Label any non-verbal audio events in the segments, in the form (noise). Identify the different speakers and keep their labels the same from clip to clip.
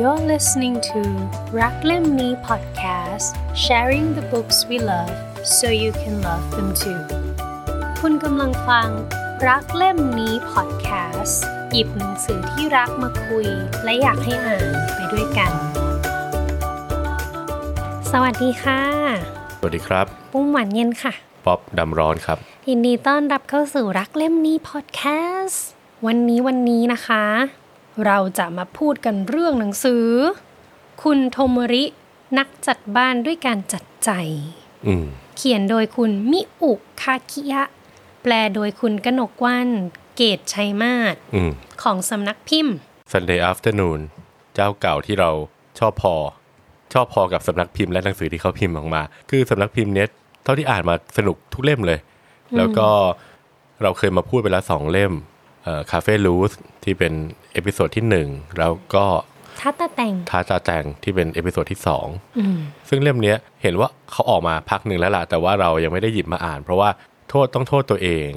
Speaker 1: You're listening to รักเล่มนี้ podcast sharing the books we love so you can love them too คุณกำลังฟัง รักเล่มนี้ podcast หยิบหนังสือที่รักมาคุย และอยากให้อ่านไปด้วยกัน สวัสดีค่ะ
Speaker 2: สวัสดีครับ
Speaker 1: ปุ้มหวานเย็นค่ะ
Speaker 2: ป๊อบดำร้อนครับ
Speaker 1: ยินดีต้อนรับเข้าสู่รักเล่มนี้พอดแคสต์วันนี้วันนี้นะคะ เราจะมาพูดกันเรื่องหนังสือ คุณโทโมริ นักจัดบ้านด้วยการจัดใจ
Speaker 2: อืม
Speaker 1: เขียนโดยคุณมิอุคาคิยะ แปลโดยคุณกนกวันเกตชัยมาศ
Speaker 2: อืม
Speaker 1: ของสำนักพิมพ์
Speaker 2: Sunday afternoon เจ้าเก่าที่เราชอบพอ ชอบพอกับสำนักพิมพ์และหนังสือที่เขาพิมพ์ออกมา คือสำนักพิมพ์เนี้ยเท่าที่อ่านมาสนุกทุกเล่มเลย แล้วก็เราเคยมาพูดไปแล้วสองเล่มคาเฟ่ลูสที่เป็นเอพิโซดที่หนึ่งแล้วก็
Speaker 1: ทัตตะแต่ง
Speaker 2: ท้าจาแจงที่เป็นเอพิโซดที่สอง
Speaker 1: อืม
Speaker 2: ซึ่งเล่มเนี้ยเห็นว่าเขาออกมาพักหนึ่งแล้วล่ะแต่ว่าเรายังไม่ได้หยิบมาอ่าน เพราะว่าโทษต้องโทษตัวเอง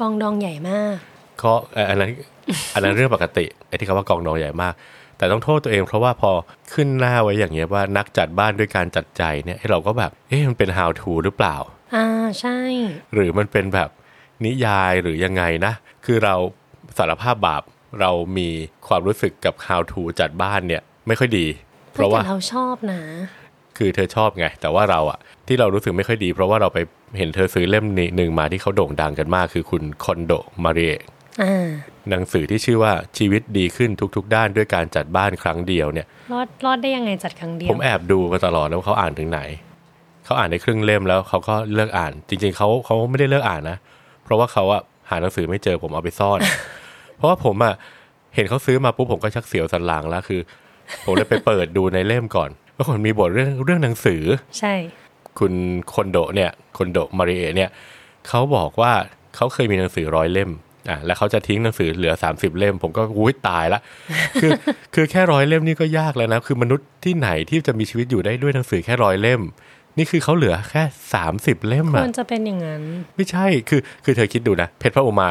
Speaker 1: กองดองใหญ่มาก
Speaker 2: ก็เอ่ออันนั้น อันนั้นเรื่องปกติไอ้ที่คำว่ากองดองใหญ่มาก แต่ต้องโทษตัวเองเพราะว่าพอขึ้นหน้าไว้อย่างเงี้ยว่านักจัดบ้านด้วยการจัดใจเนี่ยไอ้เราก็แบบเอ๊ะมันเป็น how to หรือเปล่า
Speaker 1: อ่าใช่
Speaker 2: หรือมันเป็นแบบนิยายหรือยังไงนะ คือเราสารภาพบาปเรามีความรู้สึกกับ how to จัดบ้านเนี่ยไม่ค่อยดี เพราะว่า
Speaker 1: แต่เราชอบนะ
Speaker 2: คือเธอชอบไง แต่ว่าเราอะที่เรารู้สึกไม่ค่อยดี เพราะว่าเราไปเห็นเธอซื้อเล่มนี้หนึ่งมาที่เขาโด่งดังกันมาก คือคุณคอนโดมาริเอะ
Speaker 1: อ่า
Speaker 2: หนังสือที่ชื่อว่าชีวิตดีขึ้นทุกๆ ด้านด้วยการจัดบ้านครั้งเดียวเนี่ย
Speaker 1: รอดรอดได้ยังไงจัดครั้งเดีย
Speaker 2: ผ
Speaker 1: ว
Speaker 2: มแอบดูมาตลอดแล้วาเขาอ่านถึงไหน เขาอ่านได้ครึ่งเล่มแล้วเขาก็เลิกอ่าน จริง ๆเขาเขาไม่ได้เลิกอ่านนะ เพราะว่าเขาอะหาหนังสือไม่เจอผมเอาไปซ่อน (laughs) เพราะว่าผมอะเห็นเขาซื้อมาปุ๊บผมก็ชักเสียวสันหลังแล้วคือ ผมเลยไปเปิดดูในเล่มก่อนปรากฏมีบทเรื่องเรื่องหนังสือ
Speaker 1: ใช่
Speaker 2: คุณคนโดะเนี่ยคนโดะมาริเอะเนี่ยเขาบอกว่าเขาเคยมีหนังสือร้อยเล่มอ่ะแล้วเขาจะทิ้งหนังสือเหลือ 30 เล่ม ผมก็อุ้ยตายละ (laughs) คือคือแค่ร้อยเล่มนี่ก็ยากแล้วนะ คือมนุษย์ที่ไหนที่จะมีชีวิตอยู่ได้ด้วยหนังสือแค่ร้อยเล่ม นี่คือเขาเหลือแค่ 30 เล่ม
Speaker 1: ค
Speaker 2: อะ
Speaker 1: วรจะเป็นอย่างนั้น
Speaker 2: ไม่ใช่คือคือเธอคิดดูนะ เพชรพระอุมา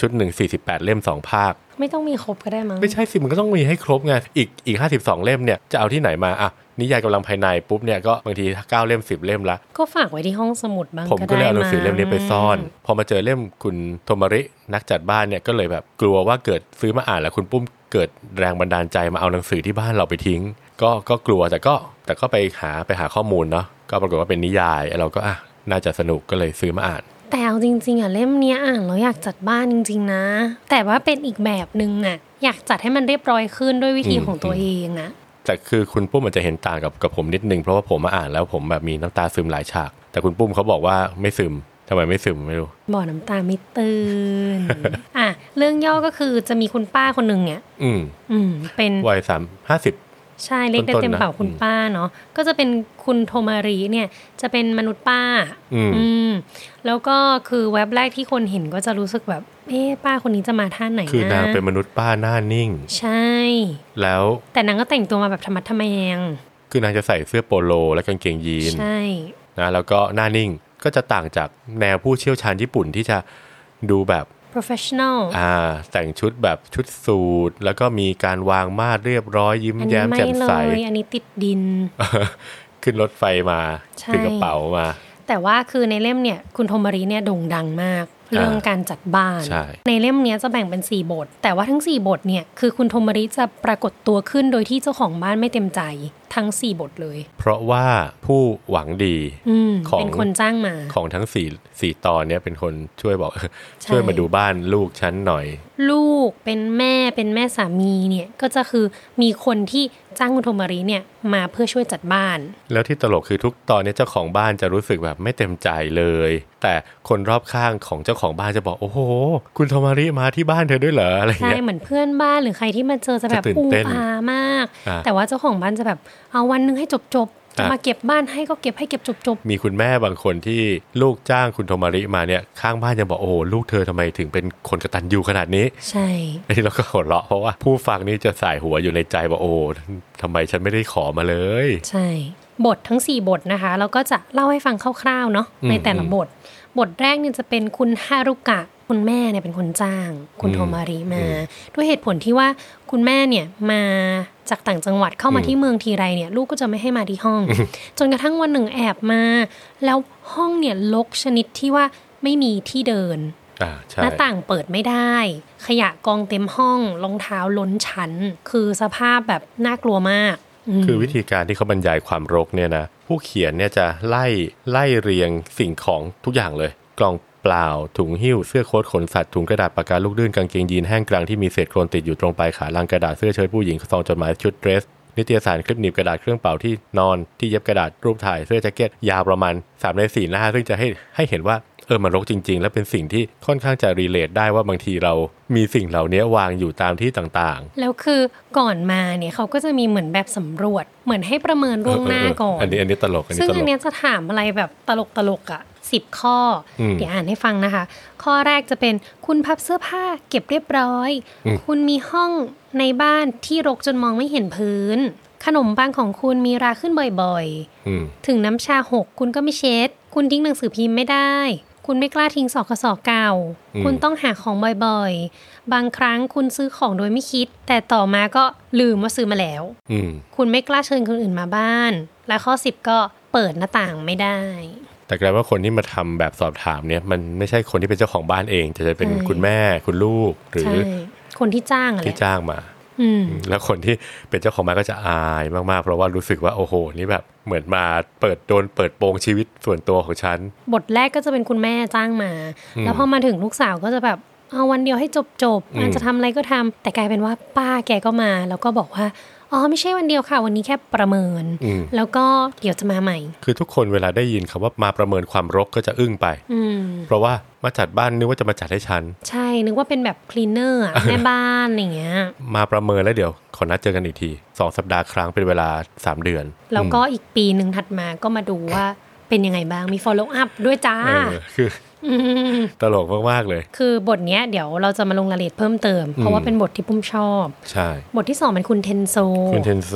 Speaker 2: ชุดหนึ่ง48 เล่มสองภาค
Speaker 1: ไม่ต้องมีครบก็ได้มั้ง
Speaker 2: ไม่ใช่สิมันก็ต้องมีให้ครบไงอีกอีกห้าสิบสองเล่มเนี่ยจะเอาที่ไหนมาอ่ะนิยายกำลังภายในปุ๊บเนี่ยก็บางทีเก้าเล่มสิบเล่มละ
Speaker 1: ก็ฝากไว้ที่ห้องสมุดบ้าง
Speaker 2: ผมก็เลยเอาหนังสือ
Speaker 1: ได้
Speaker 2: เล่มนี้ไปซ่อน
Speaker 1: มั้
Speaker 2: พอมาเจอเล่มคุณโทมารินักจัดบ้านเนี่ยก็เลยแบบกลัวว่าเกิดซื้อมาอ่านแล้วคุณปุ้มเกิดแรงบันดาลใจมาเอาหนังสือที่บ้านเราไปทิ้ง ก็ก็กลัวแต่ก็แต่ก็ไปหาไปหาข้อมูลเนาะก็ปรากฏว่าเป็นนิยายเราก็อ่ะน่าจะสนุกก็เลยซื้อมาอ่าน
Speaker 1: งแต่เอาจริง ๆอ่ะเล่มเนี้ยอ่านแล้วอยากจัดบ้านจริง ๆ นะ แต่ว่าเป็นอีกแบบนึงอ่ะ อยากจัดให้มันเรียบร้อยขึ้นด้วยวิธี
Speaker 2: อืม
Speaker 1: ของตัวเองนะ
Speaker 2: แต่คือคุณปุ้มอาจจะเห็นต่างกับกับผมนิดนึงเพราะว่าผมมาอ่านแล้วผมแบบมีน้ำตาซึมหลายฉาก แต่คุณปุ้มเขาบอกว่าไม่ซึมทำไมไม่ซึมไม่รู้
Speaker 1: บ่อน้ำตาไม่ตื่
Speaker 2: (laughs)
Speaker 1: น อ่ะเรื่องย่อก็คือจะมีคุณป้าคนหนึ่งเนี่ย
Speaker 2: อืม
Speaker 1: อืม เป็น
Speaker 2: วัยสามห้าสิบ
Speaker 1: ใช่เรียกได้
Speaker 2: ต้นๆนะ
Speaker 1: เต็มปากคุณ
Speaker 2: อืม
Speaker 1: ป้าเนาะก็จะเป็นคุณโทมารีเนี่ย จะเป็นมนุษย์ป้า
Speaker 2: อืม
Speaker 1: อืมแล้วก็คือเว็บแรกที่คนเห็นก็จะรู้สึกแบบ เอ๊ะป้าคนนี้จะมาท่าไหน
Speaker 2: คือนาง
Speaker 1: นะ
Speaker 2: เป็นมนุษย์ป้าหน้านิ่ง
Speaker 1: ใช่
Speaker 2: แล้ว
Speaker 1: แต่นางก็แต่งตัวมาแบบธรรมะทะแมง
Speaker 2: คือนางจะใส่เสื้อโปโลและกางเกงยีน
Speaker 1: ใช่
Speaker 2: นะแล้วก็หน้านิ่งก็จะต่างจากแนวผู้เชี่ยวชาญญี่ปุ่นที่จะดูแบบ
Speaker 1: professional
Speaker 2: อ่าแต่งชุดแบบชุดสูทแล้วก็มีการวางมาดเรียบร้อยยิ้ม
Speaker 1: อัน
Speaker 2: แย้
Speaker 1: นี้
Speaker 2: ม
Speaker 1: ไม่
Speaker 2: แจ่ม
Speaker 1: เล
Speaker 2: ใส
Speaker 1: ย อันนี้ติดดิน
Speaker 2: (laughs) ขึ้นรถไฟมา
Speaker 1: ใช่
Speaker 2: ถือกระเป๋ามา
Speaker 1: แต่ว่าคือในเล่มเนี่ย คุณโทมารีเนี่ยโด่งดังมาก เรื่องการจัดบ้าน
Speaker 2: ใช่
Speaker 1: ในเล่มเนี้ยจะแบ่งเป็น 4 บท แต่ว่าทั้ง 4 บทเนี่ย คือคุณโทมารีจะปรากฏตัวขึ้นโดยที่เจ้าของบ้านไม่เต็มใจ ทั้ง 4 บทเลย
Speaker 2: เพราะว่าผู้หวังดี
Speaker 1: อืม
Speaker 2: ของ
Speaker 1: เป็นคนจ้างมา
Speaker 2: ของทั้งสี่สี่ตอนเนี้ยเป็นคนช่วยบอก (laughs)
Speaker 1: ใช่
Speaker 2: ช่วยมาดูบ้านลูกฉันหน่อย
Speaker 1: ลูกเป็นแม่เป็นแม่สามีเนี่ย ก็จะคือมีคนที่จ้างคุณโทมารีเนี่ย มาเพื่อช่วยจัดบ้าน
Speaker 2: แล้วที่ตลกคือทุกตอนเนี้ยเจ้าของบ้านจะรู้สึกแบบไม่เต็มใจเลย แต่คนรอบข้างของเจ้าของบ้านจะบอกโอ้โห คุณโทมาริมาที่บ้านเธอด้วยเหรออะไร
Speaker 1: ใช่
Speaker 2: เงี้ย
Speaker 1: เหมือนเพื่อนบ้านหรือใครที่มาเจอจะแบบ
Speaker 2: จะตื่น
Speaker 1: อู้
Speaker 2: เต้น
Speaker 1: อามาก
Speaker 2: อ่า
Speaker 1: แต่ว่าเจ้าของบ้านจะแบบเอาวันหนึงให้จบจบๆจะ
Speaker 2: อ่ะ
Speaker 1: มาเก็บบ้านให้ก็เก็บให้เก็บจบจบ
Speaker 2: มีคุณแม่บางคนที่ลูกจ้างคุณโทมาริมาเนี่ยข้างบ้านยังบอกโอ้โหลูกเธอทำไมถึงเป็นคนกระตันยูขนาดนี้
Speaker 1: ๆใช่
Speaker 2: ไอ้นี่เราก็หัวเราะเพราะว่าผู้ฟังนี่จะสายหัวอยู่ในใจบอกโอ้โหทำไมฉันไม่ได้ขอมาเลย
Speaker 1: ใช่ บททั้ง 4 บทนะคะ เราก็จะเล่าให้ฟังคร่าวๆเนาะ
Speaker 2: อืม
Speaker 1: ในแต่ละ
Speaker 2: อืม
Speaker 1: บท บทแรกเนี่ยจะเป็นคุณฮารุกะ คุณแม่เนี่ยเป็นคนจ้างคุณ
Speaker 2: อืม
Speaker 1: โทมาริมา
Speaker 2: อืม
Speaker 1: ด้วยเหตุผลที่ว่าคุณแม่เนี่ยมาจากต่างจังหวัดเข้ามาที่เมืองทีไรเนี่ย ลูกก็จะไม่ให้มาที่ห้อง จนกระทั่งวันหนึ่งแอบมา แล้วห้องเนี่ยลกชนิดที่ว่าไม่มีที่เดิน
Speaker 2: อ่าใช่
Speaker 1: หน้าต่างเปิดไม่ได้ ขยะกองเต็มห้องรองเท้าล้นชั้น คือสภาพแบบน่ากลัวมากม
Speaker 2: คือวิธีการที่เขาบรรยายความรกเนี่ยนะผู้เขียนเนี่ยจะไล่ไล่เรียงสิ่งของทุกอย่างเลย กล่องเปล่าถุงหิ้วเสื้อโค้ทขนสัตว์ถุงกระดาษปากกาลูกดื่นกางเกงยีนแห้งกลางที่มีเศษโคลนติดอยู่ตรงปลายขาลังกระดาษเสื้อเชิ้ตผู้หญิงซองจดหมายชุดเดรส นิตยสารคลิปหนีบกระดาษเครื่องเป่าที่นอนที่เย็บกระดาษรูปถ่ายเสื้อแจ็คเก็ตยาวประมาณ3ใน4หน้าซึ่งจะให้ให้เห็นว่าเออมันรกจริง ๆ และเป็นสิ่งที่ค่อนข้างจะรีเลทได้ว่าบางทีเรามีสิ่งเหล่านี้วางอยู่ตามที่ต่าง
Speaker 1: แล้วคือก่อนมาเนี่ยเขาก็จะมีเหมือนแบบสำรวจ เหมือนให้ประเมิน
Speaker 2: ๆ
Speaker 1: ล่วงหน้าก่อน
Speaker 2: เอันนี้อันนี้ตลกอันนี้
Speaker 1: ซึ่ง
Speaker 2: ตล
Speaker 1: อัน
Speaker 2: ก
Speaker 1: เนี้ยจะถามอะไรแบบตลกตลกๆอะสิบข้ออ
Speaker 2: ม
Speaker 1: เดี๋ยวอ่านให้ฟังนะคะ ข้อแรกจะเป็นคุณพับเสื้อผ้าเก็บเรียบร้อย
Speaker 2: อืม
Speaker 1: คุณมีห้องในบ้านที่รกจนมองไม่เห็นพื้น ขนมปังของคุณมีราขึ้นบ่อยๆ
Speaker 2: อืม
Speaker 1: ถึงน้ำชาหกคุณก็ไม่เช็ด คุณทิ้งหนังสือพิมพ์ไม่ได้ คุณไม่กล้าทิ้งสอกสอเก่า
Speaker 2: อืม
Speaker 1: คุณต้องหาของบ่อยๆ บางครั้งคุณซื้อของโดยไม่คิด แต่ต่อมาก็ลืมว่าซื้อมาแล้ว
Speaker 2: อืม
Speaker 1: คุณไม่กล้าเชิญคนอื่นมาบ้าน และข้อสิบก็เปิดหน้าต่างไม่ได้
Speaker 2: แต่กลายว่าคนที่มาทำแบบสอบถามเนี่ยมันไม่ใช่คนที่เป็นเจ้าของบ้านเอง แต่จะเป็น
Speaker 1: ใช่
Speaker 2: คุณแม่คุณลูกหรือ
Speaker 1: ใช่ คนที่จ้างอะไร
Speaker 2: ที่จ้างมา
Speaker 1: อืม
Speaker 2: แล้วคนที่เป็นเจ้าของบ้านก็จะอายมากๆ เพราะว่ารู้สึกว่าโอ้โห นี่แบบเหมือนมาเปิดโดนเปิดโปงชีวิตส่วนตัวของฉัน
Speaker 1: บทแรกก็จะเป็นคุณแม่จ้างมา
Speaker 2: อืม
Speaker 1: แล้วพอมาถึงลูกสาวก็จะแบบเอาวันเดียวให้จบจบๆ
Speaker 2: อืม
Speaker 1: อาจจะทำอะไรก็ทำแต่กลายเป็นว่าป้าแกก็มา แล้วก็บอกว่าอ๋อไม่ใช่วันเดียวค่ะ วันนี้แค่ประเมิน
Speaker 2: อืม
Speaker 1: แล้วก็เดี๋ยวจะมาใหม่
Speaker 2: คือทุกคนเวลาได้ยินคำว่ามาประเมินความรกก็จะอึ้งไป
Speaker 1: อืม
Speaker 2: เพราะว่ามาจัดบ้านนึกว่าจะมาจัดให้ฉัน
Speaker 1: ใช่นึกว่าเป็นแบบคลีนเนอ
Speaker 2: (laughs)
Speaker 1: ร์แม่บ้านอะไรอย่างเงี้ย
Speaker 2: มาประเมินแล้วเดี๋ยวขอนัดเจอกันอีกทีสองสัปดาห์ครั้งเป็นเวลาสามเดือน
Speaker 1: แล้วก็อีกปีหนึ่งถัดมาก็มาดูว่าเป็นยังไงบ้างมี follow up ด้วยจ้า
Speaker 2: เออคือ
Speaker 1: ม
Speaker 2: ตลกมากๆเลย
Speaker 1: คือบทเนี้ยเดี๋ยวเราจะมาลงรายละเอียดเพิ่มเติม เพราะว่าเป็นบทที่ปุ้มชอบ
Speaker 2: ใช่
Speaker 1: บทที่สองเป็นคุณเทนโซ
Speaker 2: คุณเทนโซ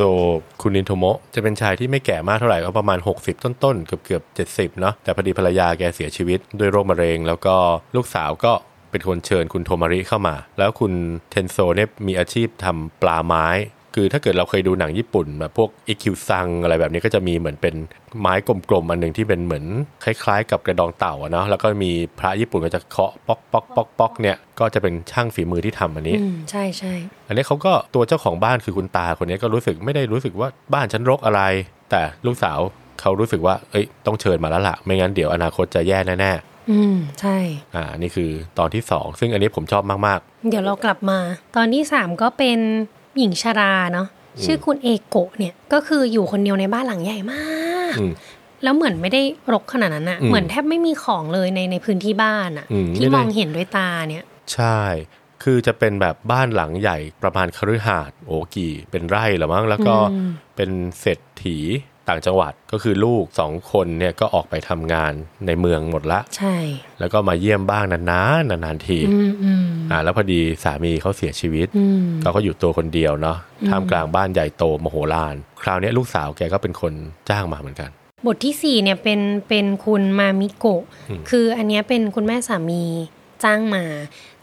Speaker 2: คุณนินโทโมะจะเป็นชายที่ไม่แก่มากเท่าไหร่ก็ประมาณ 60 ต้นๆ เกือบเกือบเจ็ดสิบเนาะแต่พอดีภรรยาแกเสียชีวิตด้วยโรคมะเร็ง แล้วก็ลูกสาวก็เป็นคนเชิญคุณโทมาริเข้ามา แล้วคุณเทนโซเนี่ยมีอาชีพทำปลาไม้ คือถ้าเกิดเราเคยดูหนังญี่ปุ่นแบบพวกอิคิวซังอะไรแบบนี้ก็จะมีเหมือนเป็นไม้กลมๆอันหนึ่งที่เป็นเหมือนคล้ายๆ กับกระดองเต่าอะเนาะแล้วก็มีพระญี่ปุ่นก็จะเคาะป๊อกป๊อกป๊อกป๊อกเนี่ยก็จะเป็นช่างฝีมือที่ทำอันนี้
Speaker 1: อืมใช่ใช่
Speaker 2: อันนี้เขาก็ตัวเจ้าของบ้านคือคุณตาคนนี้ก็รู้สึกไม่ได้รู้สึกว่าบ้านฉันรกอะไร แต่ลูกสาวเขารู้สึกว่า เอ้ยต้องเชิญมาแล้วละ่ะ ไม่งั้นเดี๋ยวอนาคตจะแย่แน่
Speaker 1: อืมใช่
Speaker 2: ๆอ่านี่คือตอนที่ 2 ซึ่งอันนี้ผมชอบมาก
Speaker 1: เดี๋ยวเรากลับมา ตอนที่สามก็เป็นหญิงชราเนาะชื่อคุณเอโกะเนี่ยก็คืออยู่คนเดียวในบ้านหลังใหญ่มาก
Speaker 2: อืม
Speaker 1: แล้วเหมือนไม่ได้รกขนาดนั้นอะ
Speaker 2: อืม
Speaker 1: เหมือนแทบไม่มีของเลยในในพื้นที่บ้านอะ
Speaker 2: อืมไม่
Speaker 1: ที่
Speaker 2: ได้
Speaker 1: มองเห็นด้วยตาเนี่ย
Speaker 2: ๆ ใช่ คือจะเป็นแบบบ้านหลังใหญ่ประมาณคฤหาสน์โอ้กี่เป็นไร่เหรือมั้งแล้วก็
Speaker 1: อืม
Speaker 2: เป็นเศรษฐีต่างจังหวัดก็คือลูกสองคนเนี่ยก็ออกไปทำงานในเมืองหมดละ
Speaker 1: ใช่
Speaker 2: แล้วก็มาเยี่ยมบ้างนานๆนานๆที
Speaker 1: อืมอืม
Speaker 2: อ่าแล้วพอดีสามีเขาเสียชีวิต
Speaker 1: อืม
Speaker 2: เราก็อยู่ตัวคนเดียวเนาะท่ามกลางบ้านใหญ่โตมโหฬารคราวเนี้ยลูกสาวแกก็เป็นคนจ้างมาเหมือนกัน
Speaker 1: บทที่สี่เนี่ยเป็นเป็นคุณมามิโกะ
Speaker 2: อืม
Speaker 1: คืออันเนี้ยเป็นคุณแม่สามีจ้างมา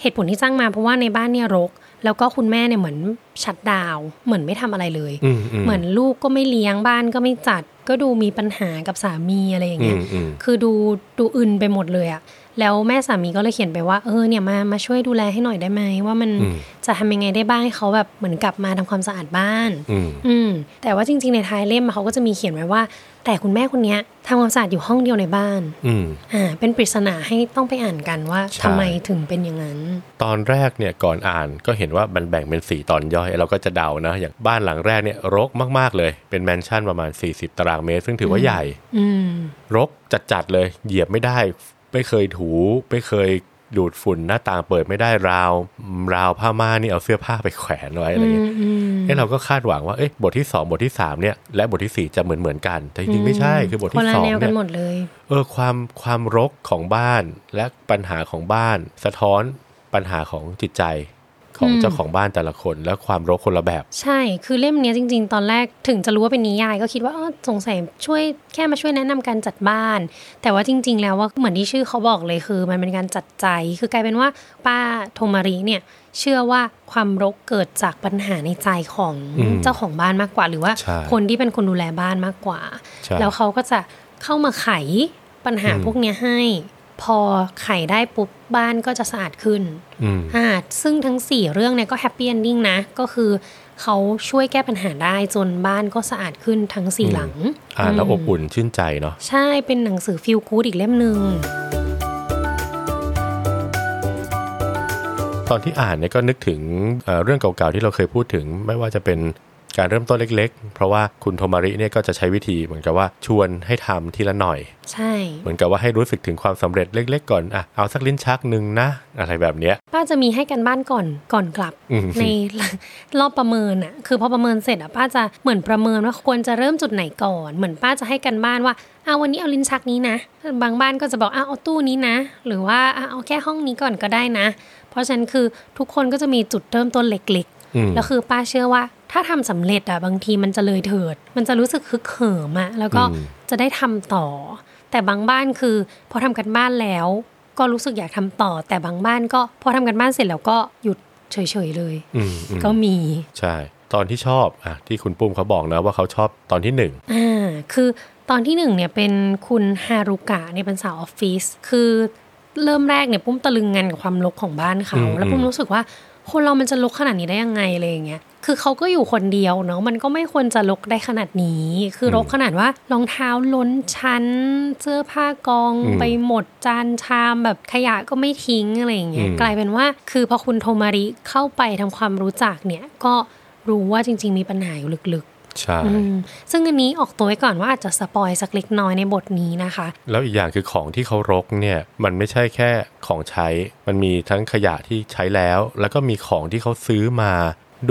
Speaker 1: เหตุผลที่จ้างมาเพราะว่าในบ้านเนี่ยรก แล้วก็คุณแม่เนี่ยเหมือนชัดดาวน์เหมือนไม่ทำอะไรเลย
Speaker 2: อื
Speaker 1: เหมือนลูกก็ไม่เลี้ยงบ้านก็ไม่จัด ก็ดูมีปัญหากับสามีอะไรอย่าง
Speaker 2: อื
Speaker 1: เงี้ย
Speaker 2: มอืม
Speaker 1: คือดูดูอึนไปหมดเลยอะแล้วแม่สามีก็เลยเขียนไปว่าเออเนี่ยมามาช่วยดูแลให้หน่อยได้ไหมว่ามัน
Speaker 2: อืม
Speaker 1: จะทำยังไงได้บ้างให้เขาแบบเหมือนกลับมาทำความสะอาดบ้าน
Speaker 2: อืม
Speaker 1: อืมแต่ว่าจริงๆในท้ายเล่มอะเขาก็จะมีเขียนไว้ว่า แต่คุณแม่คนเนี้ยทำความสะอาดอยู่ห้องเดียวในบ้าน
Speaker 2: อืม
Speaker 1: อ่าเป็นปริศนาให้ต้องไปอ่านกันว่า
Speaker 2: ใช่
Speaker 1: ทำไมถึงเป็นอย่างนั้น
Speaker 2: ตอนแรกเนี่ยก่อนอ่านก็เห็นว่ามันแบ่งเป็นสีตอนย่อย เราก็จะเดานะ อย่างบ้านหลังแรกเนี่ยรกมากๆเลย เป็นแมนชั่นประมาณ 40 ตารางเมตร ซึ่งถือว่าใหญ่
Speaker 1: อืม
Speaker 2: รกจัดๆเลย เหยียบไม่ได้ ไม่เคยถู ไม่เคยดูดฝุ่นหน้าต่างเปิดไม่ได้ราว ราวผ้าม่านนี่เอาเสื้อผ้าไปแขวนไว้อะไรอย่างเงี้ย
Speaker 1: อืมอืม
Speaker 2: เอ้เราก็คาดหวังว่า เอ๊ะ บทที่ 2 บทที่ 3 เนี่ย และบททีสี่ 4 จะเหมือนเหมือนๆกัน แต่จริงๆไม่ใช่ คือบท
Speaker 1: คน
Speaker 2: ที่
Speaker 1: ละ
Speaker 2: 2
Speaker 1: แนวกั
Speaker 2: เนี่
Speaker 1: น
Speaker 2: ย
Speaker 1: หมดเลย
Speaker 2: เออ ความความรกของบ้านและปัญหาของบ้าน สะท้อนปัญหาของจิตใจข ของ
Speaker 1: อืม
Speaker 2: เจ้าของบ้านแต่ละคน และความรกคนละแบบ
Speaker 1: ใช่ คือเล่มเนี้ยจริง ๆ ตอนแรกถึงจะรู้ว่าเป็นนิยายก็คิดว่าเอ้อสงสัยช่วยแค่มาช่วยแนะนำการจัดบ้าน แต่ว่าจริง ๆ แล้วว่าเหมือนที่ชื่อเขาบอกเลยคือ มันเป็นการจัดใจ คือกลายเป็นว่าป้าโทมาริเนี่ย เชื่อว่าความรกเกิดจากปัญหาในใจของ
Speaker 2: อืม
Speaker 1: เจ้าของบ้านมากกว่า หรือว่า
Speaker 2: ใช่
Speaker 1: คนที่เป็นคนดูแลบ้านมากกว่า
Speaker 2: ใช่
Speaker 1: แล้วเขาก็จะเข้ามาไขปัญหา
Speaker 2: อืม
Speaker 1: พวกเนี้ยให้ พอไขได้ปุ๊บบ้านก็จะสะอาดขึ้น
Speaker 2: อืม
Speaker 1: อ่าซึ่งทั้ง 4 เรื่องเนี่ยก็แฮปปี้เอนดิ้งนะ ก็คือเขาช่วยแก้ปัญหาได้จนบ้านก็สะอาดขึ้นทั้ง
Speaker 2: อืม
Speaker 1: 4 หลัง
Speaker 2: อ่านแล้วอบอุ่นชื่นใจเนาะ
Speaker 1: ใช่เป็นหนังสือฟิลกูดอีกเล่มหนึ่ง
Speaker 2: ตอนที่อ่านเนี่ยก็นึกถึงเอ่อเรื่องเก่าๆที่เราเคยพูดถึง ไม่ว่าจะเป็นการเริ่มต้นเล็ก ๆ เพราะว่าคุณโทมาริเนี่ยก็จะใช้วิธีเหมือนกับว่าชวนให้ทำทีละหน่อย
Speaker 1: ใช่
Speaker 2: เหมือนกับว่าให้รู้สึกถึงความสำเร็จเล็ก ๆ ก่อนอ่ะเอาสักลิ้นชักหนึ่งนะ อะไรแบบเนี้ย
Speaker 1: ป้าจะมีให้กันบ้านก่อนก่อนกลับ
Speaker 2: อืม
Speaker 1: ใน (laughs) รอบประเมินอะคือพอประเมินเสร็จอะป้าจะเหมือนประเมินว่าควรจะเริ่มจุดไหนก่อน เหมือนป้าจะให้กันบ้านว่าอ้าววันนี้เอาลิ้นชักนี้นะ บางบ้านก็จะบอกอ้าวเอาตู้นี้นะ หรือว่าอ้าวเอาแค่ห้องนี้ก่อนก็ได้นะ เพราะฉะนั้นคือทุกคนก็จะมีจุดเริ่มต้นเล็ก ๆ
Speaker 2: อืม
Speaker 1: แล้วคือป้าเชื่อว่าถ้าทำสำเร็จอะบางทีมันจะเลยเถิด มันจะรู้สึกคึกเหิมอะแล้วก็
Speaker 2: อืม
Speaker 1: จะได้ทำต่อ แต่บางบ้านคือ พอทำกันบ้านแล้ว ก็รู้สึกอยากทำต่อ แต่บางบ้านก็พอทำกันบ้านเสร็จแล้วก็หยุดเฉยๆเลย
Speaker 2: อืมอืม
Speaker 1: ก็มี
Speaker 2: ใช่ ตอนที่ชอบอ่ะที่คุณปุ้มเขาบอกนะว่าเขาชอบตอนที่หนึ่ง
Speaker 1: อ่าคือตอนที่หนึ่งเนี่ยเป็นคุณฮารุกะเนี่ยเป็นสาวออฟฟิศคือเริ่มแรกเนี่ยปุ้มตะลึงงันกับความรกของบ้านเขา
Speaker 2: อืม
Speaker 1: แล้วปุ้มรู้สึกว่าคนเรามันจะรกขนาดนี้ได้ยังไงอะไรอย่างเงี้ยคือเขาก็อยู่คนเดียวเนาะมันก็ไม่ควรจะรกได้ขนาดนี้ คือรกขนาดว่ารองเท้าล้นชั้น เสื้อผ้ากองไปหมดจานชามแบบขยะก็ไม่ทิ้งอะไรอย่างเงี้ย
Speaker 2: อืม
Speaker 1: กลายเป็นว่าคือพอคุณโทมาริเข้าไปทำความรู้จักเนี่ยก็รู้ว่าจริง ๆ มีปัญหาอยู่ลึกๆ
Speaker 2: ใช่
Speaker 1: อืมซึ่งอันนี้ออกตัวไว้ก่อนว่าอาจจะสปอยสักเล็กน้อยในบทนี้นะคะ
Speaker 2: แล้วอีกอย่างคือของที่เขารกเนี่ย มันไม่ใช่แค่ของใช้ มันมีทั้งขยะที่ใช้แล้ว แล้วก็มีของที่เขาซื้อมา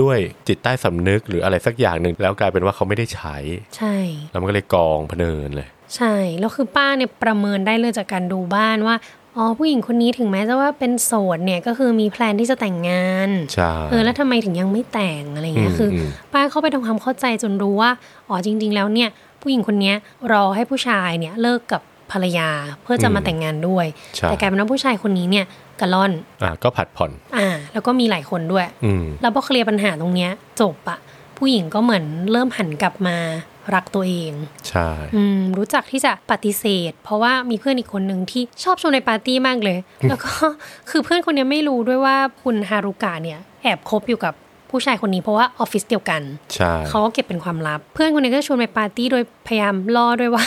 Speaker 2: ด้วยจิตใต้สำนึกหรืออะไรสักอย่างหนึ่งแล้วกลายเป็นว่าเขาไม่ได้ใช้
Speaker 1: ใช่
Speaker 2: แล้วมันก็เลยกองพะเนินเลย
Speaker 1: ใช่ แล้วคือป้าเนี่ยประเมินได้เลยจากการดูบ้านว่า อ๋อผู้หญิงคนนี้ถึงแม้จะว่าเป็นโสดเนี่ยก็คือมีแพลนที่จะแต่งงาน
Speaker 2: ใช่
Speaker 1: เออแล้วทำไมถึงยังไม่แต่งอะไร
Speaker 2: อื
Speaker 1: เงี้
Speaker 2: ม
Speaker 1: ยคืออ
Speaker 2: ม
Speaker 1: ป้าเข้าไปทำความเข้าใจจนรู้ว่า อ๋อจริง ๆ แล้วเนี่ยผู้หญิงคนเนี้ยรอให้ผู้ชายเนี่ยเลิกกับภรรยาเพื่อจะมาแต่งงานด้วย
Speaker 2: ใช่
Speaker 1: แต่กลายเป็นว่าผู้ชายคนนี้เนี่ยกะล่อน
Speaker 2: อ่ะก็ผัดผ่อน
Speaker 1: อ่า แล้วก็มีหลายคนด้วย
Speaker 2: อืม
Speaker 1: แล้วพอเคลียร์ปัญหาตรงเนี้ยจบอะผู้หญิงก็เหมือนเริ่มหันกลับมารักตัวเอง
Speaker 2: ใช่
Speaker 1: อืม รู้จักที่จะปฏิเสธ เพราะว่ามีเพื่อนอีกคนหนึ่งที่ชอบชวนในปาร์ตี้มากเลย แล้วก็ (laughs) คือเพื่อนคนเนี้ยไม่รู้ด้วยว่าคุณฮารุกะเนี่ย แอบคบอยู่กับผู้ชายคนนี้เพราะว่าออฟฟิศเดียวกัน
Speaker 2: ใช่
Speaker 1: เขาก็เก็บเป็นความลับ เพื่อนคนนี้ก็ชวนไปปาร์ตี้โดยพยายามล่อด้วยว่า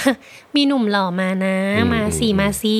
Speaker 1: มีหนุ่มหล่อมานะ มาสิมาสิ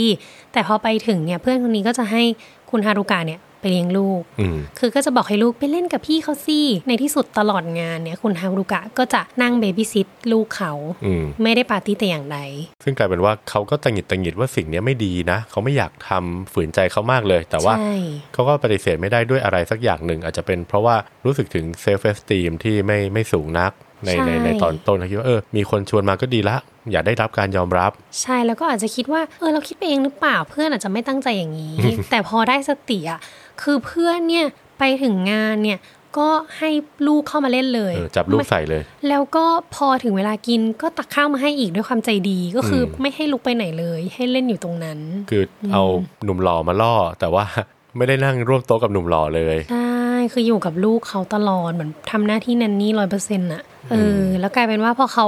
Speaker 1: แต่พอไปถึงเนี่ยเพื่อนคนนี้ก็จะให้คุณฮารุกะเนี่ยไปเลี้ยงลูก
Speaker 2: อืม
Speaker 1: คือก็จะบอกให้ลูกไปเล่นกับพี่เขาสิในที่สุดตลอดงานเนี่ยคุณฮารุกะก็จะนั่งเบบี้ซิทลูกเขา
Speaker 2: อืม
Speaker 1: ไม่ได้ปาร์ตี้แต่อย่างใด
Speaker 2: ซึ่งกลายเป็นว่าเขาก็ตังหงิดตังหงิดว่าสิ่งเนี้ยไม่ดีนะ เขาไม่อยากทำฝืนใจเขามากเลย แต่ว่า
Speaker 1: ใช่
Speaker 2: เขาก็ปฏิเสธไม่ได้ด้วยอะไรสักอย่างหนึ่ง อาจจะเป็นเพราะว่ารู้สึกถึงเซลฟ์เอสตีมที่ไม่ไม่สูงนัก ใน
Speaker 1: ใช่
Speaker 2: ในในตอนต้นเขาคิดว่าเออมีคนชวนมาก็ดีละ อย่าได้รับการยอมรับ
Speaker 1: ใช่แล้วก็อาจจะคิดว่าเออเราคิดไปเองหรือเปล่าเพื่อนอาจจะไม่ตั้งใจอย่างนี้ แต่พอได้สติอ่ะคือเพื่อนเนี่ยไปถึงงานเนี่ยก็ให้ลูกเข้ามาเล่นเลย
Speaker 2: เออจับลูก
Speaker 1: ไม่
Speaker 2: ใส่เลย
Speaker 1: แล้วก็พอถึงเวลากินก็ตักข้าวมาให้อีกด้วยความใจดีก็คืออ
Speaker 2: ม
Speaker 1: ไม่ให้ลุกไปไหนเลย ให้เล่นอยู่ตรงนั้น
Speaker 2: คือเอาหนุ่มหล่อมาล่อ แต่ว่า (laughs) ไม่ได้นั่งร่วมโต๊ะกับหนุ่มหล่อเลย
Speaker 1: ใช่ คืออยู่กับลูกเขาตลอด เหมือนทำหน้าที่นันนี่ร้อยเปอร์เซ็นต์อะเออ แล้วกลายเป็นว่าพอเขา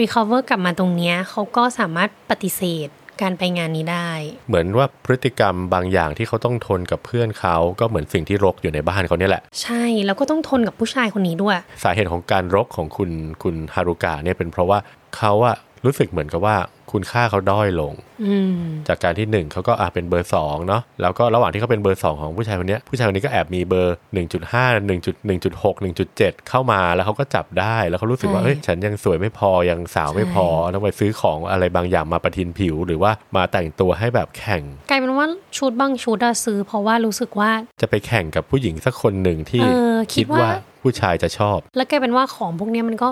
Speaker 1: recover กลับมาตรงเนี้ยเขาก็สามารถปฏิเสธการไปงานนี้ได้
Speaker 2: เหมือนว่าพฤติกรรมบางอย่างที่เขาต้องทนกับเพื่อนเขาก็เหมือนสิ่งที่รกอยู่ในบ้านเขาเนี่ยแหละ
Speaker 1: ใช่ แล้วก็ต้องทนกับผู้ชายคนนี้ด้วย
Speaker 2: สาเหตุของการรกของคุณคุณฮารุกะเนี่ยเป็นเพราะว่าเขาอะรู้สึกเหมือนกับว่าคุณค่าเขาด้อยลง
Speaker 1: อืม
Speaker 2: จากการที่หนึ่งเขาก็อาเป็นเบอร์สองเนาะแล้วก็ระหว่างที่เขาเป็นเบอร์สองของผู้ชายคนเนี้ยผู้ชายคนนี้ก็แอบมีเบอร์ 1.5 1.1.6 1.7 เข้ามาแล้วเขาก็จับได้แล้วเขารู้สึกว่า
Speaker 1: ใช่
Speaker 2: เอ้ยฉันยังสวยไม่พอยังสาวไม่พอ
Speaker 1: ใช่
Speaker 2: ต้องไปซื้อของอะไรบางอย่างมาประทินผิว หรือว่ามาแต่งตัวให้แบบแข่ง
Speaker 1: กลายเป็นว่าชุดบางชุดอะซื้อ เพราะว่ารู้สึกว่า
Speaker 2: จะไปแข่งกับผู้หญิงสักคนหนึ่งที่
Speaker 1: เออคิ
Speaker 2: คิด
Speaker 1: ดว่า
Speaker 2: ว่าผู้ชายจะชอบ
Speaker 1: แล้วกลายเป็นว่าของพวกเนี้ยมันก็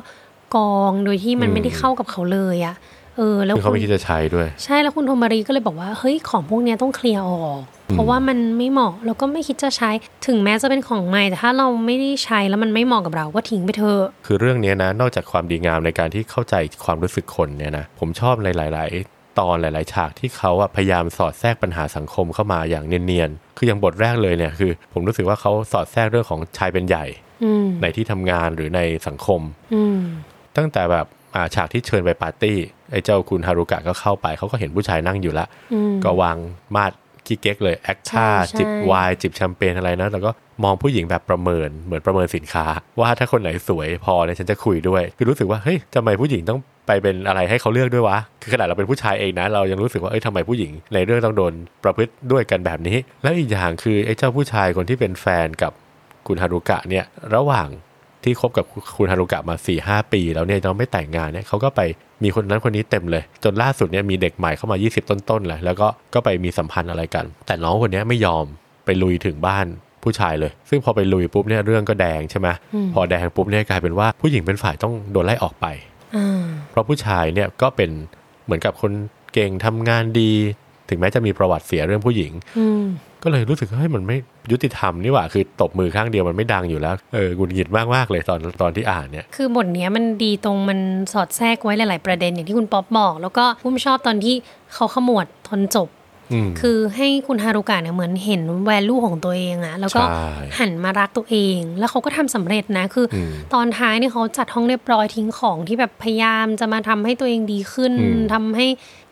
Speaker 1: กองโดยที่มัน
Speaker 2: อืม
Speaker 1: ไม่ได้เข้ากับเขาเลยอะ เออ แล้ว
Speaker 2: คือเขา
Speaker 1: คุ
Speaker 2: ไม่
Speaker 1: ณ
Speaker 2: คิดจะใช้ด้วย
Speaker 1: ใช่แล้วคุณโทมารีก็เลยบอกว่าเฮ้ยของพวกเนี้ยต้องเคลียร์ออก เพราะว่ามันไม่เหมาะแล้วก็ไม่คิดจะใช้ถึงแม้จะเป็นของใหม่แต่ถ้าเราไม่ได้ใช้แล้วมันไม่เหมาะกับเราก็ทิ้งไปเถอะ
Speaker 2: คือเรื่องเนี้ยนะ นอกจากความดีงามในการที่เข้าใจความรู้สึกคนเนี่ยนะ ผมชอบในหลาย ๆ ตอนหลาย ๆ ฉากที่เขาอะพยายามสอดแทรกปัญหาสังคมเข้ามาอย่างเนียน ๆ คืออย่างบทแรกเลยเนี่ยคือ ผมรู้สึกว่าเขาสอดแทรกเรื่องของชายเป็นใหญ่
Speaker 1: อืม
Speaker 2: ในที่ทำงานหรือในสังคม
Speaker 1: อืม
Speaker 2: ตั้งแต่แบบอ่าฉากที่เชิญไปปาร์ตี้ไอ้เจ้าคุณฮารุกะก็เข้าไปเขาก็เห็นผู้ชายนั่งอยู่ละ
Speaker 1: อืม
Speaker 2: ก็วางมาดขี้เก๊กเลยแอคท่า
Speaker 1: ใช่
Speaker 2: จิบไวน์จิบแชมเปญอะไรนะแล้วก็มองผู้หญิงแบบประเมินเหมือนประเมินสินค้า ว่าถ้าคนไหนสวยพอเนี่ยฉันจะคุยด้วย คือรู้สึกว่าเฮ้ยทำไมผู้หญิงต้องไปเป็นอะไรให้เขาเลือกด้วยวะคือขนาดเราเป็นผู้ชายเองนะ เรายังรู้สึกว่าเอ้ยทำไมผู้หญิง ในเรื่องต้องโดนประพฤติด้วยกันแบบนี้ แล้วอีกอย่างคือไอ้เจ้าผู้ชายคนที่เป็นแฟนกับคุณฮารุกะเนี่ยระหว่างที่คบกับคุณฮารุกะมา4ี่หปี แล้วเนี่ยยังไม่แต่งงานเนี่ยเขาก็ไปมีคนนั้นคนนี้เต็มเลย จนล่าสุดเนี่ยมีเด็กใหม่เข้ามา 20 ต้นๆเลยแล้วก็ก็ไปมีสัมพันธ์อะไรกัน แต่น้องคนเนี้ยไม่ยอมไปลุยถึงบ้านผู้ชายเลย ซึ่งพอไปลุยปุ๊บเนี่ยเรื่องก็แดงใช่ไหม
Speaker 1: อืม
Speaker 2: พอแดงปุ๊บเนี่ยกลายเป็นว่าผู้หญิงเป็นฝ่ายต้องโดนไล่ออกไป
Speaker 1: อ่า
Speaker 2: เพราะผู้ชายเนี่ยก็เป็นเหมือนกับคนเก่งทำงานดี ถึงแม้จะมีประวัติเสียเรื่องผู้หญิง
Speaker 1: อืม
Speaker 2: ก็เลยรู้สึกว่าเฮ้ยมันไม่ยุติธรรมนี่หว่า คือตบมือข้างเดียวมันไม่ดังอยู่แล้ว เออหงุดหงิดมากมากๆเลยตอนตอนที่อ่านเนี่ย
Speaker 1: คือบทเนี้ยมันดีตรงมันสอดแทรกไว้หลาย ๆ ประเด็นอย่างที่คุณป๊อปบอก แล้วก็พุ่มชอบตอนที่เขาขมวดตอนจบ
Speaker 2: อืม
Speaker 1: คือให้คุณฮารุกะเนี่ยเหมือนเห็นแวลูของตัวเองอะแล้วก็
Speaker 2: ใช่
Speaker 1: หันมารักตัวเอง แล้วเขาก็ทำสำเร็จนะคืออ
Speaker 2: ม
Speaker 1: ตอนท้ายเนี่ยเขาจัดห้องเรียบร้อยทิ้งของที่แบบพยายามจะมาทำให้ตัวเองดีขึ้น
Speaker 2: อืม
Speaker 1: ทำให้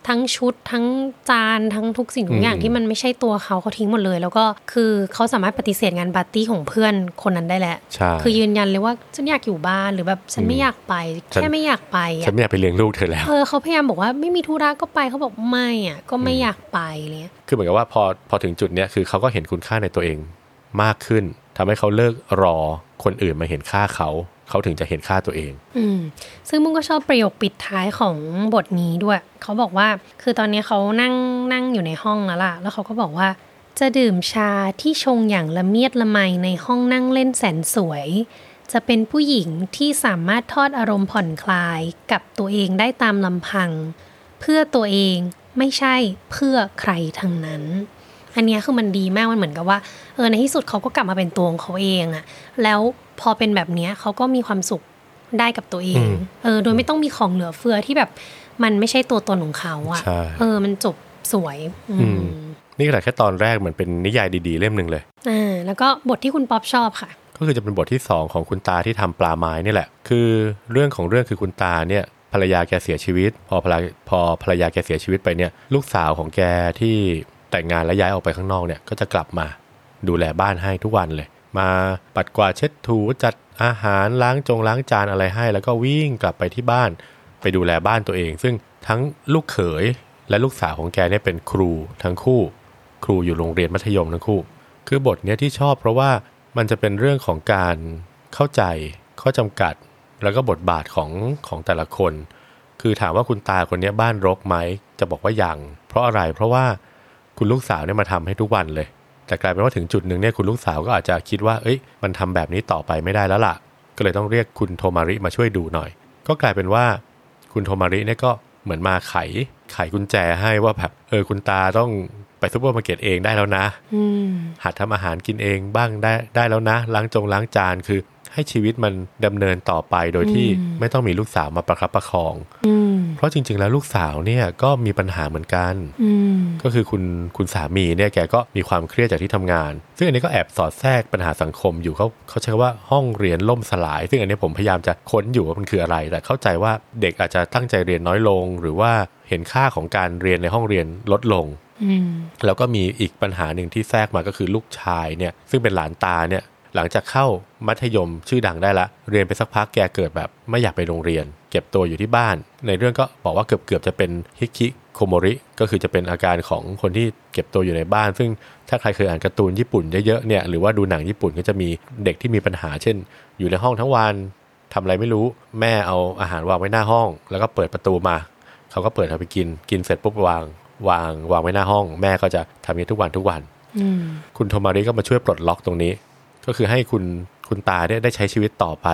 Speaker 1: ทั้งชุดทั้งจานทั้งทุกสิ่งทุกอย่าง
Speaker 2: อืม
Speaker 1: ที่มันไม่ใช่ตัวเขาเขาทิ้งหมดเลย แล้วก็คือเขาสามารถปฏิเสธงานปาร์ตี้ของเพื่อนคนนั้นได้แหละ
Speaker 2: ใช่
Speaker 1: คือยืนยันเลยว่าฉันอยากอยู่บ้านหรือแบบฉันไม่อยากไป
Speaker 2: ฉัน
Speaker 1: แค่ไม่อยากไป
Speaker 2: ฉัน
Speaker 1: อ่ะ
Speaker 2: ไม่อยากไปเลี้ยงลูกเธอแล้ว
Speaker 1: เออเขาพยายามบอกว่าไม่มีธุระก็ไปเขาบอกไม่อ่ะก็ไม่อยากไปอะไรเลย
Speaker 2: คือเหมือนกับว่าพอพอถึงจุดเนี้ยคือเขาก็เห็นคุณค่าในตัวเองมากขึ้นทำให้เขาเลิกรอคนอื่นมาเห็นค่าเขา เขาถึงจะเห็นค่าตัวเอง
Speaker 1: อืมซึ่งมึงก็ชอบประโยคปิดท้ายของบทนี้ด้วย เขาบอกว่าคือตอนนี้เขานั่งนั่งอยู่ในห้องแล้วล่ะ แล้วเขาก็บอกว่า จะดื่มชาที่ชงอย่างละเมียดละไมในห้องนั่งเล่นแสนสวย จะเป็นผู้หญิงที่สามารถทอดอารมณ์ผ่อนคลายกับตัวเองได้ตามลำพัง เพื่อตัวเองไม่ใช่เพื่อใครทั้งนั้น อันเนี้ยคือมันดีมากมันเหมือนกับว่าเออในที่สุดเขาก็กลับมาเป็นตัวของเขาเองอะแล้วพอเป็นแบบเนี้ยเขาก็มีความสุขได้กับตัวเอง
Speaker 2: อืม
Speaker 1: เออโดยไม่ต้องมีของเหลือเฟือที่แบบมันไม่ใช่ตัวตนของเขาอะ
Speaker 2: ใช่
Speaker 1: เออมันจบสวยอื
Speaker 2: อื
Speaker 1: ม
Speaker 2: ม นี่ขนาดแค่ตอนแรกเหมือนเป็นนิยายดีๆเล่มหนึ่งเลย
Speaker 1: อ่าแล้วก็บทที่คุณป๊อปชอบค่ะ
Speaker 2: ก็คือจะเป็นบทที่สองของคุณตาที่ทำปลาไม้นี่แหละ คือเรื่องของเรื่องคือคุณตาเนี่ยภรรยาแกเสียชีวิต พอภรรยาพอภรรยาแกเสียชีวิตไปเนี่ยลูกสาวของแกที่แต่งงานและย้ายออกไปข้างนอกเนี่ยก็จะกลับมาดูแลบ้านให้ทุกวันเลย มาปัดกวาดเช็ดถูจัดอาหารล้างจงล้างจานอะไรให้ แล้วก็วิ่งกลับไปที่บ้าน ไปดูแลบ้านตัวเอง ซึ่งทั้งลูกเขยและลูกสาวของแกเนี่ยเป็นครูทั้งคู่ ครูอยู่โรงเรียนมัธยมทั้งคู่ คือบทเนี้ยที่ชอบเพราะว่ามันจะเป็นเรื่องของการเข้าใจข้อจำกัด แล้วก็บทบาทของของแต่ละคน คือถามว่าคุณตาคนเนี้ยบ้านรกไหมจะบอกว่ายังเพราะอะไรเพราะว่าคุณลูกสาวเนี่ยมาทำให้ทุกวันเลย แต่กลายเป็นว่าถึงจุดหนึ่งเนี่ยคุณลูกสาวก็อาจจะคิดว่า เอ้ยมันทำแบบนี้ต่อไปไม่ได้แล้วล่ะ ก็เลยต้องเรียกคุณโทมาริมาช่วยดูหน่อย ก็กลายเป็นว่า คุณโทมาริเนี่ยก็เหมือนมาไขไขกุญแจให้ว่าแบบเออคุณตาต้องไปซุปเปอร์มาร์เก็ตเองได้แล้วนะ
Speaker 1: อืม
Speaker 2: หัดทำอาหารกินเองบ้างได้ได้แล้วนะ ล้างจงล้างจานคือ ให้ชีวิตมันดำเนินต่อไปโดยที่
Speaker 1: อืม
Speaker 2: ไม่ต้องมีลูกสาวมาประครับประคอง
Speaker 1: อืม
Speaker 2: เพราะจริง ๆ แล้วลูกสาวเนี่ยก็มีปัญหาเหมือนกัน
Speaker 1: อืม
Speaker 2: ก็คือคุณคุณสามีเนี่ยแกก็มีความเครียดจากที่ทำงาน ซึ่งอันนี้ก็แอบสอดแทรกปัญหาสังคมอยู่เขาเขาใช้คำว่าห้องเรียนล่มสลาย ซึ่งอันนี้ผมพยายามจะค้นอยู่ว่ามันคืออะไร แต่เข้าใจว่าเด็กอาจจะตั้งใจเรียนน้อยลง หรือว่าเห็นค่าของการเรียนในห้องเรียนลดลง
Speaker 1: อืม
Speaker 2: แล้วก็มีอีกปัญหาหนึ่งที่แทรกมาก็คือลูกชายเนี่ยซึ่งเป็นหลานตาเนี่ยหลังจากเข้ามัธยมชื่อดังได้ละ เรียนไปสักพักแกเกิดแบบไม่อยากไปโรงเรียน เก็บตัวอยู่ที่บ้าน ในเรื่องก็บอกว่าเกือบเกือบๆจะเป็นฮิคิโคโมริ ก็คือจะเป็นอาการของคนที่เก็บตัวอยู่ในบ้าน ซึ่งถ้าใครเคยอ่านการ์ตูนญี่ปุ่นเยอะๆเนี่ยหรือว่าดูหนังญี่ปุ่นก็จะมีเด็กที่มีปัญหา เช่น อยู่ในห้องทั้งวันทำอะไรไม่รู้แม่เอาอาหารวางไว้หน้าห้อง แล้วก็เปิดประตูมา เขาก็เปิดเอาไปกิน กินเสร็จปุ๊บวาง วาง วางไว้หน้าห้อง แม่ก็จะทำอย่างนี้ทุกวันทุกวัน
Speaker 1: อืม
Speaker 2: คุณโทมาริก็มาช่วยปลดล็อกตรงนี้ ก็คือให้คุณคุณตาเนี่ยได้ใช้ชีวิตต่อไป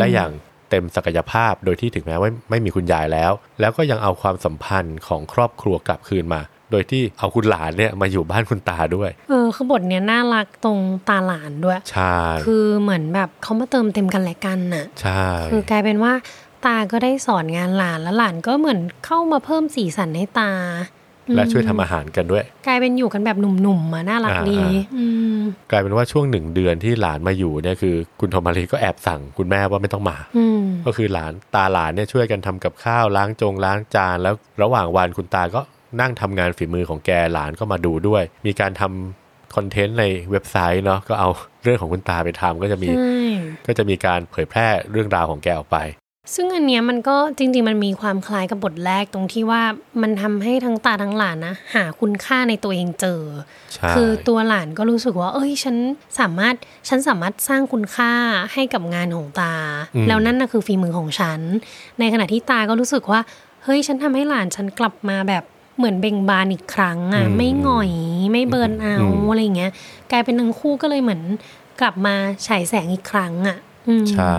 Speaker 2: ได้อย่าง เต็มศักยภาพโดยที่ถึงแม้ว่าไม่มีคุณยายแล้ว แล้วก็ยังเอาความสัมพันธ์ของครอบครัวกลับคืนมา โดยที่เอาคุณหลานเนี่ยมาอยู่บ้านคุณตาด้วย
Speaker 1: เออคือบทเนี้ยน่ารักตรงตาหลานด้วย
Speaker 2: ใช่
Speaker 1: คือเหมือนแบบเขามาเติมเต็มกันและกันน่ะ
Speaker 2: ใช่
Speaker 1: คือกลายเป็นว่า ตาก็ได้สอนงานหลานแล้วหลานก็เหมือนเข้ามาเพิ่มสีสันให้ตาอืม
Speaker 2: และช่วยทำอาหารกันด้วย
Speaker 1: กลายเป็นอยู่กันแบบหนุ่มๆมาน่ารัก
Speaker 2: อ่า
Speaker 1: ดี
Speaker 2: อ่า
Speaker 1: อืม
Speaker 2: กลายเป็นว่าช่วงหนึ่งเดือนที่หลานมาอยู่เนี่ยคือ คุณโทมารีก็แอบสั่งคุณแม่ว่าไม่ต้องมา
Speaker 1: อืม
Speaker 2: ก็คือหลานตาหลานเนี่ยช่วยกันทำกับข้าวล้างจงล้างจาน แล้วระหว่างวันคุณตาก็นั่งทำงานฝีมือของแกหลานก็มาดูด้วย มีการทำคอนเทนต์ในเว็บไซต์เนาะก็เอาเรื่องของคุณตาไปทำก็จะมี
Speaker 1: ใช่
Speaker 2: ก็จะมีการเผยแพร่เรื่องราวของแกออกไป
Speaker 1: ซึ่งอันเนี้ยมันก็จริง ๆ มันมีความคล้ายกับบทแรกตรงที่ว่ามันทำให้ทั้งตาทั้งหลานนะ หาคุณค่าในตัวเองเจอ
Speaker 2: ใช่
Speaker 1: คือตัวหลานก็รู้สึกว่า เอ้ยฉันสามารถฉันสามารถสร้างคุณค่าให้กับงานของตา แล้วนั่นน่ะคือฝีมือของฉัน ในขณะที่ตาก็รู้สึกว่า เฮ้ยฉันทำให้หลานฉันกลับมาแบบเหมือนเบ่งบานอีกครั้งอ่ะไม่หงอยไม่เบิร์นเอาอะไรอย่างเงี้ย กลายเป็นทั้งคู่ก็เลยเหมือนกลับมาฉายแสงอีกครั้งอ่ะอืม
Speaker 2: ใช่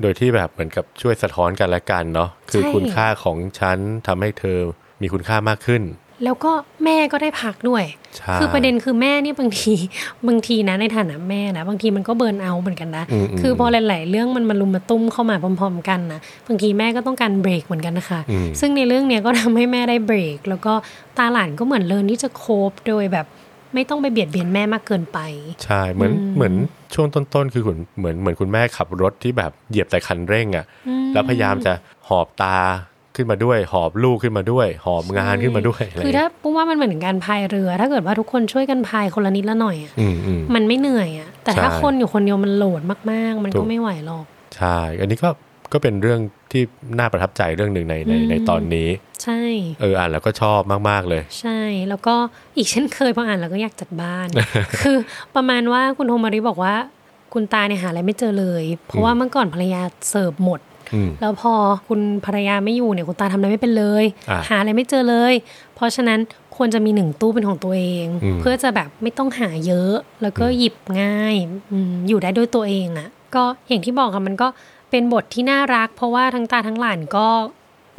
Speaker 2: โดยที่แบบเหมือนกับช่วยสะท้อนกันและกันเนาะคือ
Speaker 1: ใช่
Speaker 2: คุณค่าของฉันทำให้เธอมีคุณค่ามากขึ้น
Speaker 1: แล้วก็แม่ก็ได้พักด้วย
Speaker 2: ใช่
Speaker 1: คือประเด็นคือแม่เนี่ยบางที (laughs) บางทีนะในฐานะแม่นะ บางทีมันก็เบิร์นเอาท์เหมือนกันนะ
Speaker 2: อืมอืม
Speaker 1: คือพอหลายๆเรื่องมันมารุมมาตุ้มเข้ามาพร้อม ๆ กันนะบางทีแม่ก็ต้องการเบรกเหมือนกันนะคะ
Speaker 2: อืม
Speaker 1: ซึ่งในเรื่องเนี้ยก็ทำให้แม่ได้เบรก แล้วก็ตาหลานก็เหมือนเรียนที่จะโคบโดยแบบ ไม่ต้องไปเบียดเบียนแม่มากเกินไป
Speaker 2: ใช่เหมือน
Speaker 1: อืม
Speaker 2: เหมือนช่วงต้นๆ คือคุณเหมือนเหมือนคุณแม่ขับรถที่แบบเหยียบแต่คันเร่งอะ่ะแล้วพยายามจะหอบตาขึ้นมาด้วย หอบลูกขึ้นมาด้วย หอบงานขึ้นมาด้วยอะไร
Speaker 1: คือถ้าปุ้มว่ามันเหมือนการพายเรือ ถ้าเกิดว่าทุกคนช่วยกันพายคนละนิดละหน่อยอะ
Speaker 2: อืมอืม
Speaker 1: มันไม่เหนื่อยอะแต่ถ้า
Speaker 2: ใช่
Speaker 1: คนอยู่คนเดียวมันโหลดมากๆ มัน
Speaker 2: ถู
Speaker 1: ก็
Speaker 2: ก
Speaker 1: ไม่ไหวหรอก
Speaker 2: ใช่ อันนี้ก็ก็เป็นเรื่องที่น่าประทับใจเรื่องหนึ่งในใน
Speaker 1: อืม
Speaker 2: ในตอนนี้
Speaker 1: ใช่
Speaker 2: เอออ่านแล้วก็ชอบมากๆเลย
Speaker 1: ใช่ แล้วก็อีกเช่นเคยพออ่านแล้วก็อยากจัดบ้าน
Speaker 2: (laughs)
Speaker 1: คือประมาณว่าคุณโฮมาริบอกว่าคุณตาเนี่ยหาอะไรไม่เจอเลย เพราะว่าเมื่อก่อนภรรยาเสิร์ฟหมด
Speaker 2: อืม
Speaker 1: แล้วพอคุณภรรยาไม่อยู่เนี่ยคุณตาทำอะไรไม่เป็นเลย
Speaker 2: อ่ะ
Speaker 1: หาอะไรไม่เจอเลย เพราะฉะนั้นควรจะมีหนึ่งตู้เป็นของตัวเอง
Speaker 2: อืม
Speaker 1: เพื่อจะแบบไม่ต้องหาเยอะ แล้วก็หยิบง่ายอืมอยู่ได้ด้วยตัวเองอะ่ะ ก็อย่างที่บอกค่ะมันก็เป็นบทที่น่ารัก เพราะว่าทั้งตาทั้งหลานก็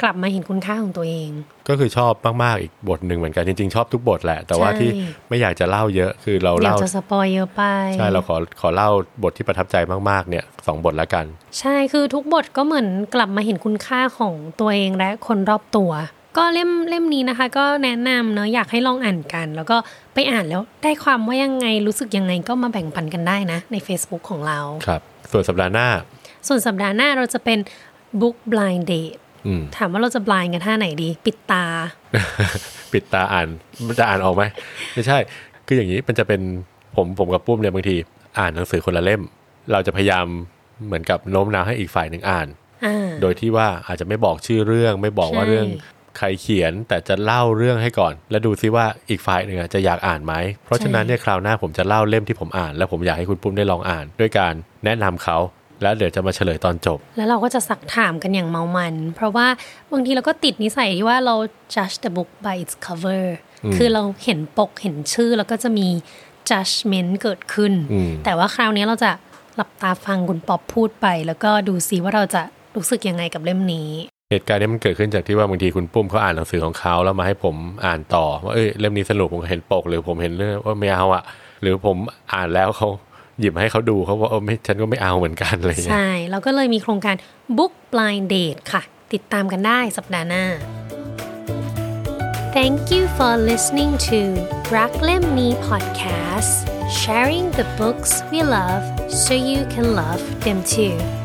Speaker 1: กลับมาเห็นคุณค่าของตัวเอง
Speaker 2: ก็คือชอบมากๆอีกบทหนึ่งเหมือนกันจริงๆ ชอบทุกบทแหละ แต่ว่า
Speaker 1: ใช่
Speaker 2: ที่ไม่อยากจะเล่าเยอะคือเรา
Speaker 1: เดี๋ยว
Speaker 2: เล่า
Speaker 1: จะสปอยเยอะไป
Speaker 2: ใช่เราขอขอเล่าบทที่ประทับใจมากๆเนี่ยสองบทละกัน
Speaker 1: ใช่ คือทุกบทก็เหมือนกลับมาเห็นคุณค่าของตัวเองและคนรอบตัว ก็เล่มเล่มนี้นะคะ ก็แนะนำเนาะอยากให้ลองอ่านกัน แล้วก็ไปอ่านแล้วได้ความว่ายังไงรู้สึกยังไงก็มาแบ่งปันกันได้นะ ใน Facebook ของเรา
Speaker 2: ครับ ส่วนสัปดาห์หน้า
Speaker 1: ส่วนสัปดาห์หน้าเราจะเป็น Book Blind Date
Speaker 2: อืม (laughs)
Speaker 1: ถามว่าเราจะ blind กันท่าไหนดี ปิดตา
Speaker 2: ปิดตาอ่านมันจะอ่านออกไหมไม่ใช่ คืออย่างนี้มันจะเป็นผมผมกับปุ้มเนี่ยบางที อ่านหนังสือคนละเล่ม เราจะพยายามเหมือนกับโน้มน้าวให้อีกฝ่ายหนึ่งอ่าน
Speaker 1: อ่า
Speaker 2: โดยที่ว่าอาจจะไม่บอกชื่อเรื่อง ไม่บอกว่า
Speaker 1: ใช่
Speaker 2: เรื่องใครเขียน แต่จะเล่าเรื่องให้ก่อน แล้วดูซิว่าอีกฝ่ายหนึ่งอ่ะจะอยากอ่านไหมเพราะฉะนั้นเนี่ยคราวหน้าผมจะเล่าเล่มที่ผมอ่าน แล้วผมอยากให้คุณปุ้มได้ลองอ่าน ด้วยการแนะนำเขาแล้วเดี๋ยวจะมาเฉลยตอนจบ
Speaker 1: แล้วเราก็จะสักถามกันอย่างเมามัน เพราะว่าบางทีเราก็ติดนิสัยที่ว่าเรา judge the book by its cover คือเราเห็นปกเห็นชื่อแล้วก็จะมี judgment เกิดขึ้น
Speaker 2: อืม
Speaker 1: แต่ว่าคราวนี้เราจะหลับตาฟังคุณป๊อปพูดไป แล้วก็ดูซิว่าเราจะรู้สึกยังไงกับเล่มนี้
Speaker 2: เหตุการณ์เนี้มันเกิดขึ้นจากที่ว่าบางทีคุณปุ้มเขาอ่านหนังสือของเขาแล้วมาให้ผมอ่านต่อว่าเอ้ยเล่มนี้สนุกผมเห็นปกหรือผมเห็นเรื่องว่าไม่เอาอะหรือผมอ่านแล้วเขาหยิบมาให้เขาดูเขาบอกเออไม่ฉันก็ไม่เอาเหมือนกันอะไรอย่างเงี้ย
Speaker 1: ใช่ เราก็เลยมีโครงการ Book Blind Date ค่ะ ติดตามกันได้สัปดาห์หน้า Thank you for listening to รักเล่มนี้ podcast sharing the books we love so you can love them too